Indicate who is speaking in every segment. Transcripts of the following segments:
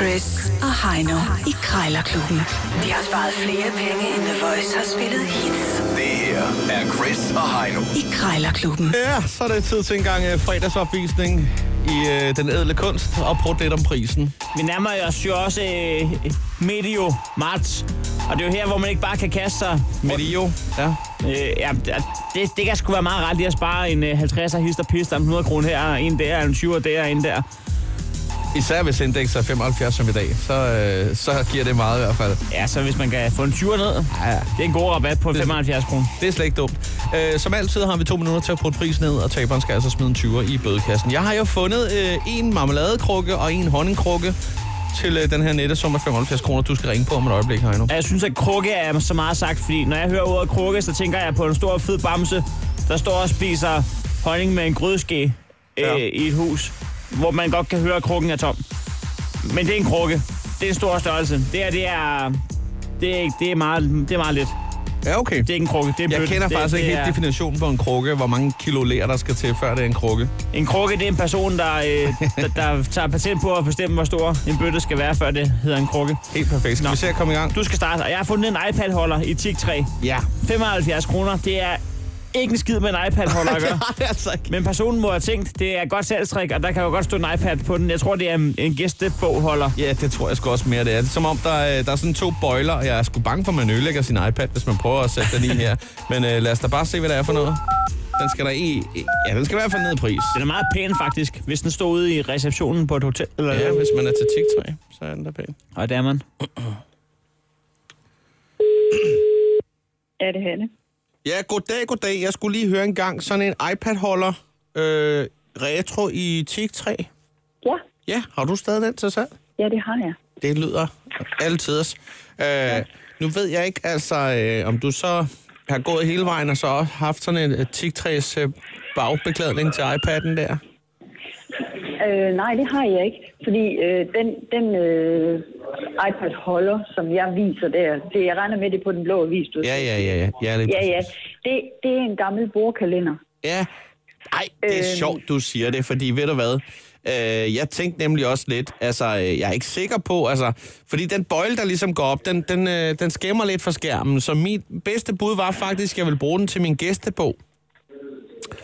Speaker 1: Chris og Heino i Krejlerklubben. De har sparet flere penge, end The Voice har spillet hits
Speaker 2: Det her er Chris og Heino.
Speaker 1: i Krejlerklubben.
Speaker 3: Ja, så er det tid til en gang øh, fredagsopvisning i øh, den ædle kunst og prøv lidt om prisen.
Speaker 4: Vi nærmer os jo også øh, medio marts, og det er jo her, hvor man ikke bare kan kaste sig.
Speaker 3: Medio. Ja.
Speaker 4: Øh, ja, det, det kan sgu være meget ret lige at spare en øh, 50'er hister pister om 100 kroner her, en der, en 20'er der, en der.
Speaker 3: Især hvis indeks er 75 som i dag, så, øh, så giver det meget i hvert fald.
Speaker 4: Ja, så hvis man kan få en 20'er ned,
Speaker 3: Ja,
Speaker 4: det er en god rabat på
Speaker 3: Det-
Speaker 4: 75 kroner.
Speaker 3: det er slet ikke dumt. Øh, som altid har vi to minutter til at putte prisen ned, og taberen skal altså smide en 20'er i bødekassen. Jeg har jo fundet øh, en marmeladekrukke og en honningkrukke til øh, den her nette sum af 75 kroner, du skal ringe på om et øjeblik, Heino.
Speaker 4: Og jeg synes, at krukke er så meget sagt, fordi når jeg hører ordet krukke, så tænker jeg på en stor fed bamse, der står og spiser honning med en grydeske øh,
Speaker 3: Ja.
Speaker 4: ja. i et hus, hvor man godt kan høre, at krukken er tom. Men det er en krukke. Det er en stor størrelse. Det her, det er... Det er, ikke, det er, meget, det er meget lidt.
Speaker 3: Ja, okay.
Speaker 4: Det er ikke en krukke, det er en
Speaker 3: Jeg
Speaker 4: bøtte.
Speaker 3: kender
Speaker 4: det,
Speaker 3: faktisk
Speaker 4: det
Speaker 3: ikke helt
Speaker 4: er-
Speaker 3: definitionen på en krukke, hvor mange kilo ler, der skal til, før det er en krukke.
Speaker 4: En krukke, det er en person, der, øh, der, der tager patent på at bestemme, hvor stor en bøtte skal være, før det hedder en krukke.
Speaker 3: Helt perfekt. Skal
Speaker 4: Nå.
Speaker 3: vi se at komme i gang?
Speaker 4: Du skal starte, og jeg har fundet en iPad-holder i TIG 3.
Speaker 3: Ja.
Speaker 4: 75 kroner, det er ikke en skid med en iPad-holder at
Speaker 3: Det
Speaker 4: gøre.
Speaker 3: har det altså ikke.
Speaker 4: Men personen må have tænkt, det er et godt salgstrik, og der kan jo godt stå en iPad på den. Jeg tror, det er en en gæstebogholder.
Speaker 3: Ja, det tror jeg sgu også mere, det er. Det er som om, der, er- der er sådan to bøjler, og jeg er sgu bange for, at man ødelægger sin iPad, hvis man prøver at sætte den i her. Men øh, lad os da bare se, hvad det er for noget. Den skal der i... Ja, den skal i hvert fald ned i pris.
Speaker 4: Den er meget pæn faktisk, hvis den stod ude i receptionen på et hotel. Eller
Speaker 3: Ja,
Speaker 4: ja.
Speaker 3: hvis man er til TikTok, så er den der pæn.
Speaker 4: Og der er man.
Speaker 5: Ja, det er det.
Speaker 3: Ja, goddag, goddag. Jeg skulle lige høre en gang sådan en iPad-holder øh, retro i TikTok.
Speaker 5: Ja,
Speaker 3: Ja, har du stadig den til salg?
Speaker 5: ja, det har jeg.
Speaker 3: Det lyder altid. Øh, nu ved jeg ikke, altså, øh, om du så har gået hele vejen og så også haft sådan en tigtræs øh, bagbeklædning til iPad'en der.
Speaker 5: Øh, nej, det har jeg ikke, fordi øh, den, den øh, iPad-holder, som jeg viser der, det, jeg regner med det er på den blå avis, du
Speaker 3: Ja, ja, ja, ja. Ja, lige
Speaker 5: ja, ja.
Speaker 3: præcis.
Speaker 5: Det, det er en gammel bordkalender.
Speaker 3: ja. Ej, det er
Speaker 5: Øhm.
Speaker 3: sjovt, du siger det, fordi ved du hvad? Øh, jeg tænkte nemlig også lidt, altså, øh, jeg er ikke sikker på, altså, fordi den bøjle, der ligesom går op, den, den, øh, den skæmmer lidt fra skærmen, så mit bedste bud var faktisk, at jeg ville bruge den til min gæstebog.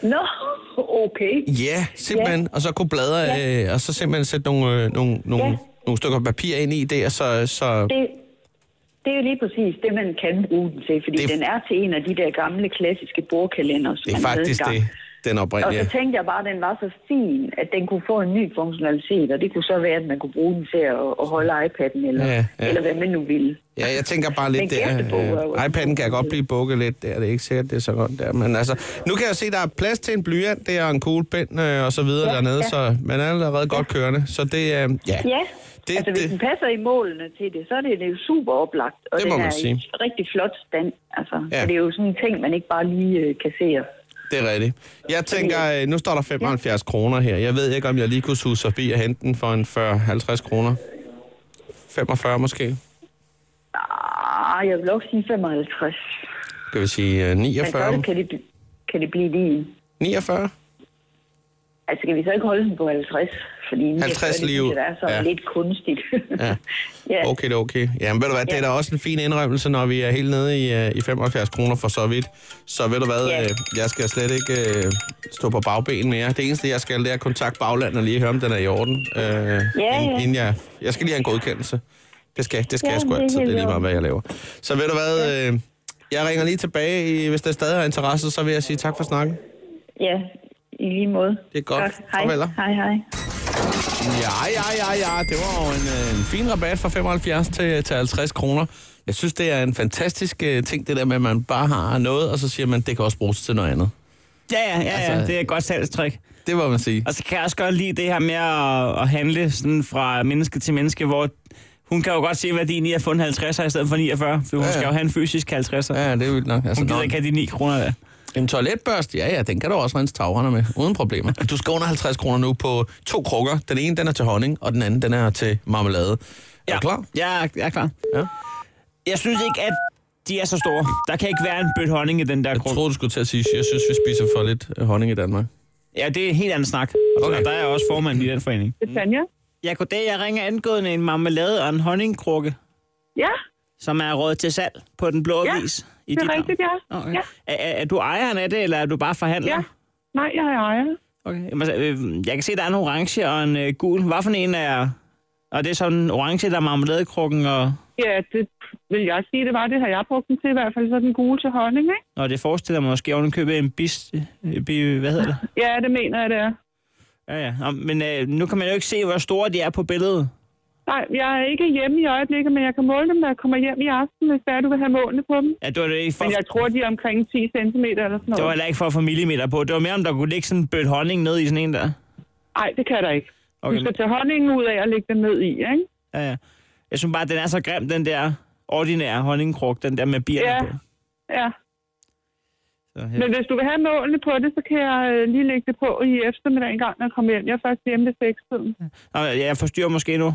Speaker 5: Nå, okay.
Speaker 3: Ja, simpelthen. Ja. Og så kunne bladre, ja. øh, og så simpelthen sætte nogle, øh, nogle, nogle, ja.
Speaker 5: Ja.
Speaker 3: nogle stykker papir ind i det, og så... så
Speaker 5: Det, det er jo lige præcis det, man kan bruge den til, fordi
Speaker 3: Det-
Speaker 5: det... den er til en af de der gamle, klassiske bordkalender, som
Speaker 3: det er
Speaker 5: man
Speaker 3: faktisk
Speaker 5: havde
Speaker 3: det,
Speaker 5: engang.
Speaker 3: den
Speaker 5: Og
Speaker 3: oprindelige.
Speaker 5: så tænkte jeg bare, at den var så fin, at den kunne få en ny funktionalitet, og det kunne så være, at man kunne bruge den til at, at holde iPad'en, eller,
Speaker 3: Ja,
Speaker 5: ja,
Speaker 3: ja.
Speaker 5: ja. eller hvad man nu ville.
Speaker 3: Ja, jeg tænker bare lidt
Speaker 5: Men gæstebog er
Speaker 3: der.
Speaker 5: jo
Speaker 3: Øh,
Speaker 5: også-
Speaker 3: iPad'en kan godt blive bukket lidt der. Det er ikke sikkert, det er så godt der. Men altså, nu kan jeg se, der er plads til en blyant der, og en kuglepind øh, og så videre ja,
Speaker 5: Ja,
Speaker 3: dernede,
Speaker 5: ja.
Speaker 3: så man er allerede godt kørende. Så det, øh, ja.
Speaker 5: Ja,
Speaker 3: Det-
Speaker 5: det, altså
Speaker 3: det-
Speaker 5: hvis den passer i målene til det, så er det, det er jo super oplagt, og
Speaker 3: Det
Speaker 5: den
Speaker 3: må
Speaker 5: er
Speaker 3: man sige.
Speaker 5: i rigtig flot stand. Altså,
Speaker 3: Ja.
Speaker 5: ja. Det er jo sådan en ting, man ikke bare lige øh, kasserer.
Speaker 3: Det er rigtigt. Jeg tænker, øh, nu står der 75 kroner her. Jeg ved ikke, om jeg lige kunne suge forbi og hente den for en 40-50 kroner. 45 måske.
Speaker 5: Ah, jeg vil nok sige 55.
Speaker 3: Kan vi sige øh,
Speaker 5: Men så
Speaker 3: 49?
Speaker 5: det- kan det, bl- kan det blive din.
Speaker 3: 49?
Speaker 5: Altså, skal vi så ikke holde den på 50? Fordi
Speaker 3: 50
Speaker 5: det,
Speaker 3: lige ud.
Speaker 5: Det er så
Speaker 3: Ja.
Speaker 5: ja. lidt kunstigt.
Speaker 3: Ja.
Speaker 5: ja.
Speaker 3: Okay, det er okay. Jamen ved du hvad, det er da også en fin indrømmelse, når vi er helt nede i, øh, i 75 kroner for så vidt. Så ved du hvad,
Speaker 5: Ja.
Speaker 3: øh, jeg skal slet ikke øh, stå på bagben mere. Det eneste, jeg skal, det er at kontakte baglandet og lige høre, om den er i orden. Øh, ja,
Speaker 5: ja.
Speaker 3: Inden jeg, jeg skal lige have en godkendelse. Det skal, det skal
Speaker 5: Ja,
Speaker 3: jeg sgu
Speaker 5: det er
Speaker 3: altid. Det
Speaker 5: helt
Speaker 3: er lige
Speaker 5: i
Speaker 3: meget,
Speaker 5: orden.
Speaker 3: hvad jeg laver. Så ved du hvad, øh, jeg ringer lige tilbage. i- Hvis der stadig er interesse, så vil jeg sige tak for snakken.
Speaker 5: ja, i lige måde.
Speaker 3: Det er godt.
Speaker 5: Hej.
Speaker 3: Farveler.
Speaker 5: hej, hej.
Speaker 3: Ja, ja, ja, ja. Det var jo en, øh, en fin rabat fra 75 til, til 50 kroner. Jeg synes, det er en fantastisk øh, ting, det der med, at man bare har noget, og så siger man, det kan også bruges til noget andet.
Speaker 4: Ja, ja, ja, ja.
Speaker 3: Altså-
Speaker 4: Det er et godt salgstrik.
Speaker 3: Det må man sige.
Speaker 4: Og så kan jeg også godt lide det her med at, at handle sådan fra menneske til menneske, hvor hun kan jo godt se værdien i at få en 50'er i stedet for 49, for
Speaker 3: Ja,
Speaker 4: hun ja,
Speaker 3: ja.
Speaker 4: ja. skal jo have en fysisk 50'er. Ja,
Speaker 3: Ja, det er vildt nok. Altså,
Speaker 4: hun
Speaker 3: nå,
Speaker 4: gider ikke have de 9 kroner der.
Speaker 3: en toiletbørste, ja, ja, den kan du også rense tagrene med, uden problemer. Du skal under 50 kroner nu på to krukker. Den ene, den er til honning, og den anden, den er til marmelade. Er du klar?
Speaker 4: Ja, jeg er- jeg er klar.
Speaker 3: Ja.
Speaker 4: Jeg synes ikke, at de er så store. Der kan ikke være en bødt honning i den der
Speaker 3: Jeg
Speaker 4: gruppe.
Speaker 3: troede, du skulle til at sige, jeg synes, vi spiser for lidt øh, honning i Danmark.
Speaker 4: Ja, det er en helt anden snak. Okay.
Speaker 3: Okay. Mm.
Speaker 4: Og der er jeg også formand i den forening.
Speaker 5: Det er Tanja.
Speaker 4: Ja, goddag. Jeg ringer angående en marmelade og en honningkrukke,
Speaker 6: Ja,
Speaker 4: som er råd til salg på den blå
Speaker 6: Ja,
Speaker 4: vis. I
Speaker 6: det
Speaker 4: dit
Speaker 6: er
Speaker 4: navn.
Speaker 6: rigtigt, ja.
Speaker 4: Okay.
Speaker 6: Ja.
Speaker 4: Er, er, er du ejeren af det, eller er du bare forhandler?
Speaker 6: ja. Nej, jeg er ejer.
Speaker 4: Okay. Jamen, altså, øh, Jeg kan se, der er en orange og en øh, gul. Hvad for en er... Og det er sådan en orange, der er marmeladekrukken, og,
Speaker 6: Ja, det vil jeg sige, det var det, har jeg brugt den til, i hvert fald så den gule til honning, ikke?
Speaker 4: og det forestiller mig måske ovenikøbet en bis... øh, bi- Hvad hedder det?
Speaker 6: Ja, det mener jeg, det er.
Speaker 4: Ja, ja. Nå, men øh, nu kan man jo ikke se, hvor store de er på billedet.
Speaker 6: Nej, jeg er ikke hjemme i øjeblikket, men jeg kan måle dem, når jeg kommer hjem i aften, hvis det er, du vil have målene på dem.
Speaker 4: Ja, det var, det, ikke for,
Speaker 6: Men jeg tror, de er omkring 10 cm eller sådan
Speaker 4: det var
Speaker 6: noget.
Speaker 4: heller ikke for at få millimeter på. Det var mere, om der kunne ligge sådan en bødt honning ned i sådan en der.
Speaker 6: Nej, det kan der ikke.
Speaker 4: Okay,
Speaker 6: Du
Speaker 4: men-
Speaker 6: skal tage honningen ud af og lægge den ned i, ikke?
Speaker 4: Ja, ja. Jeg synes bare, den er så grim, den der ordinære honningkrog, den der med bierne
Speaker 6: Ja.
Speaker 4: på.
Speaker 6: Ja.
Speaker 4: Så, ja.
Speaker 6: Men hvis du vil have målene på det, så kan jeg øh, lige lægge det på i eftermiddag en gang, når jeg kommer hjem. Jeg er først hjemme ved 6
Speaker 4: Nå, jeg forstyrrer måske nu.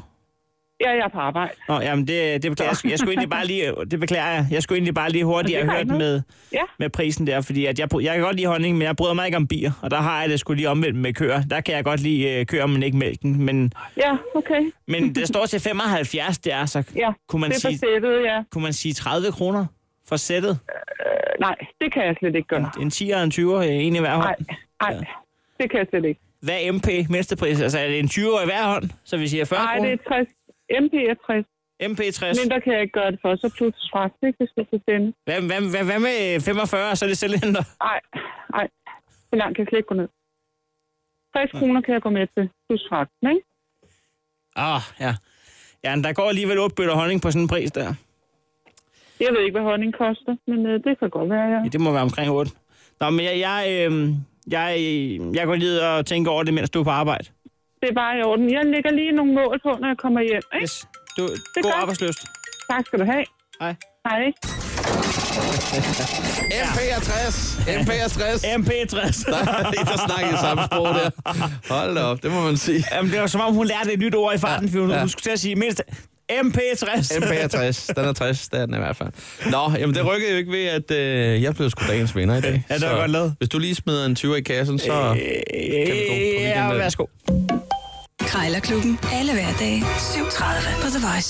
Speaker 6: Ja, jeg er på arbejde.
Speaker 4: Nå, jamen det, det beklager jeg. sgu- Jeg skulle egentlig bare lige, det beklager jeg. Jeg skulle egentlig bare lige hurtigt have
Speaker 6: har
Speaker 4: hørt
Speaker 6: ikke noget.
Speaker 4: med,
Speaker 6: Ja.
Speaker 4: med prisen der, fordi at jeg, bry- jeg kan godt lide honning, men jeg bryder mig ikke om bier, og der har jeg det skulle lige omvendt med køer. Der kan jeg godt lide øh, køer, men ikke mælken. Men,
Speaker 6: Ja, okay.
Speaker 4: men det står til 75, det er, så
Speaker 6: Ja,
Speaker 4: kunne, man
Speaker 6: det er
Speaker 4: sige,
Speaker 6: forsættet, ja.
Speaker 4: kunne man sige 30 kroner for sættet?
Speaker 6: Øh, nej, det kan jeg slet ikke gøre.
Speaker 4: En 10'er og en 20'er, øh, en i hver hånd.
Speaker 6: Nej, nej, det kan jeg slet ikke.
Speaker 4: Hvad er MP mindstepris? Altså er det en 20'er i hver hånd, så vi siger 40
Speaker 6: Nej, det
Speaker 4: kroner?
Speaker 6: er 60. MP er 60.
Speaker 4: MP60.
Speaker 6: Mindre kan jeg ikke gøre det for, så plus fragt, ikke, hvis du skal sende.
Speaker 4: Hvad, hvad, hvad, hvad med 45, så er det cylinder?
Speaker 6: Nej, nej. Så langt kan jeg slet ikke gå ned. 60 kroner kan jeg gå med til plus fragt, ikke?
Speaker 4: Ah, ja. Ja, men der går alligevel 8 bøtter honning på sådan en pris der.
Speaker 6: Jeg ved ikke, hvad honning koster, men øh, det kan godt være, ja.
Speaker 4: Ja, det må være omkring 8. Nå, men jeg, jeg, øh, jeg, øh, jeg går lige og tænker over det, mens du er på arbejde.
Speaker 6: Det er bare i orden. Jeg lægger lige nogle mål på, når jeg kommer hjem, ikke?
Speaker 4: Yes. Du,
Speaker 6: er
Speaker 4: god
Speaker 6: godt.
Speaker 4: arbejdsløst.
Speaker 6: Tak skal du have.
Speaker 4: Hej.
Speaker 6: Hej.
Speaker 3: MP60! MP60!
Speaker 4: MP60.
Speaker 3: Der, der snakker i samme sprog der. Hold da op, det må man sige.
Speaker 4: Jamen, det var som om, hun lærte et nyt ord i farten, for hun,
Speaker 3: ja.
Speaker 4: hun skulle til at sige mindst MP60.
Speaker 3: MP60, den er 60, det er den i hvert fald. Nå, jamen det rykker jo ikke ved, at øh, jeg blev sgu dagens vinder i dag.
Speaker 4: Ja, det var
Speaker 3: Så
Speaker 4: godt lavet. Øh,
Speaker 3: Hvis du lige smider en 20 i kassen, så... vi gå på
Speaker 4: Ja,
Speaker 3: weekenddag?
Speaker 4: værsgo.
Speaker 1: Krejlerklubben. Alle hverdage. 7.30 på The Voice.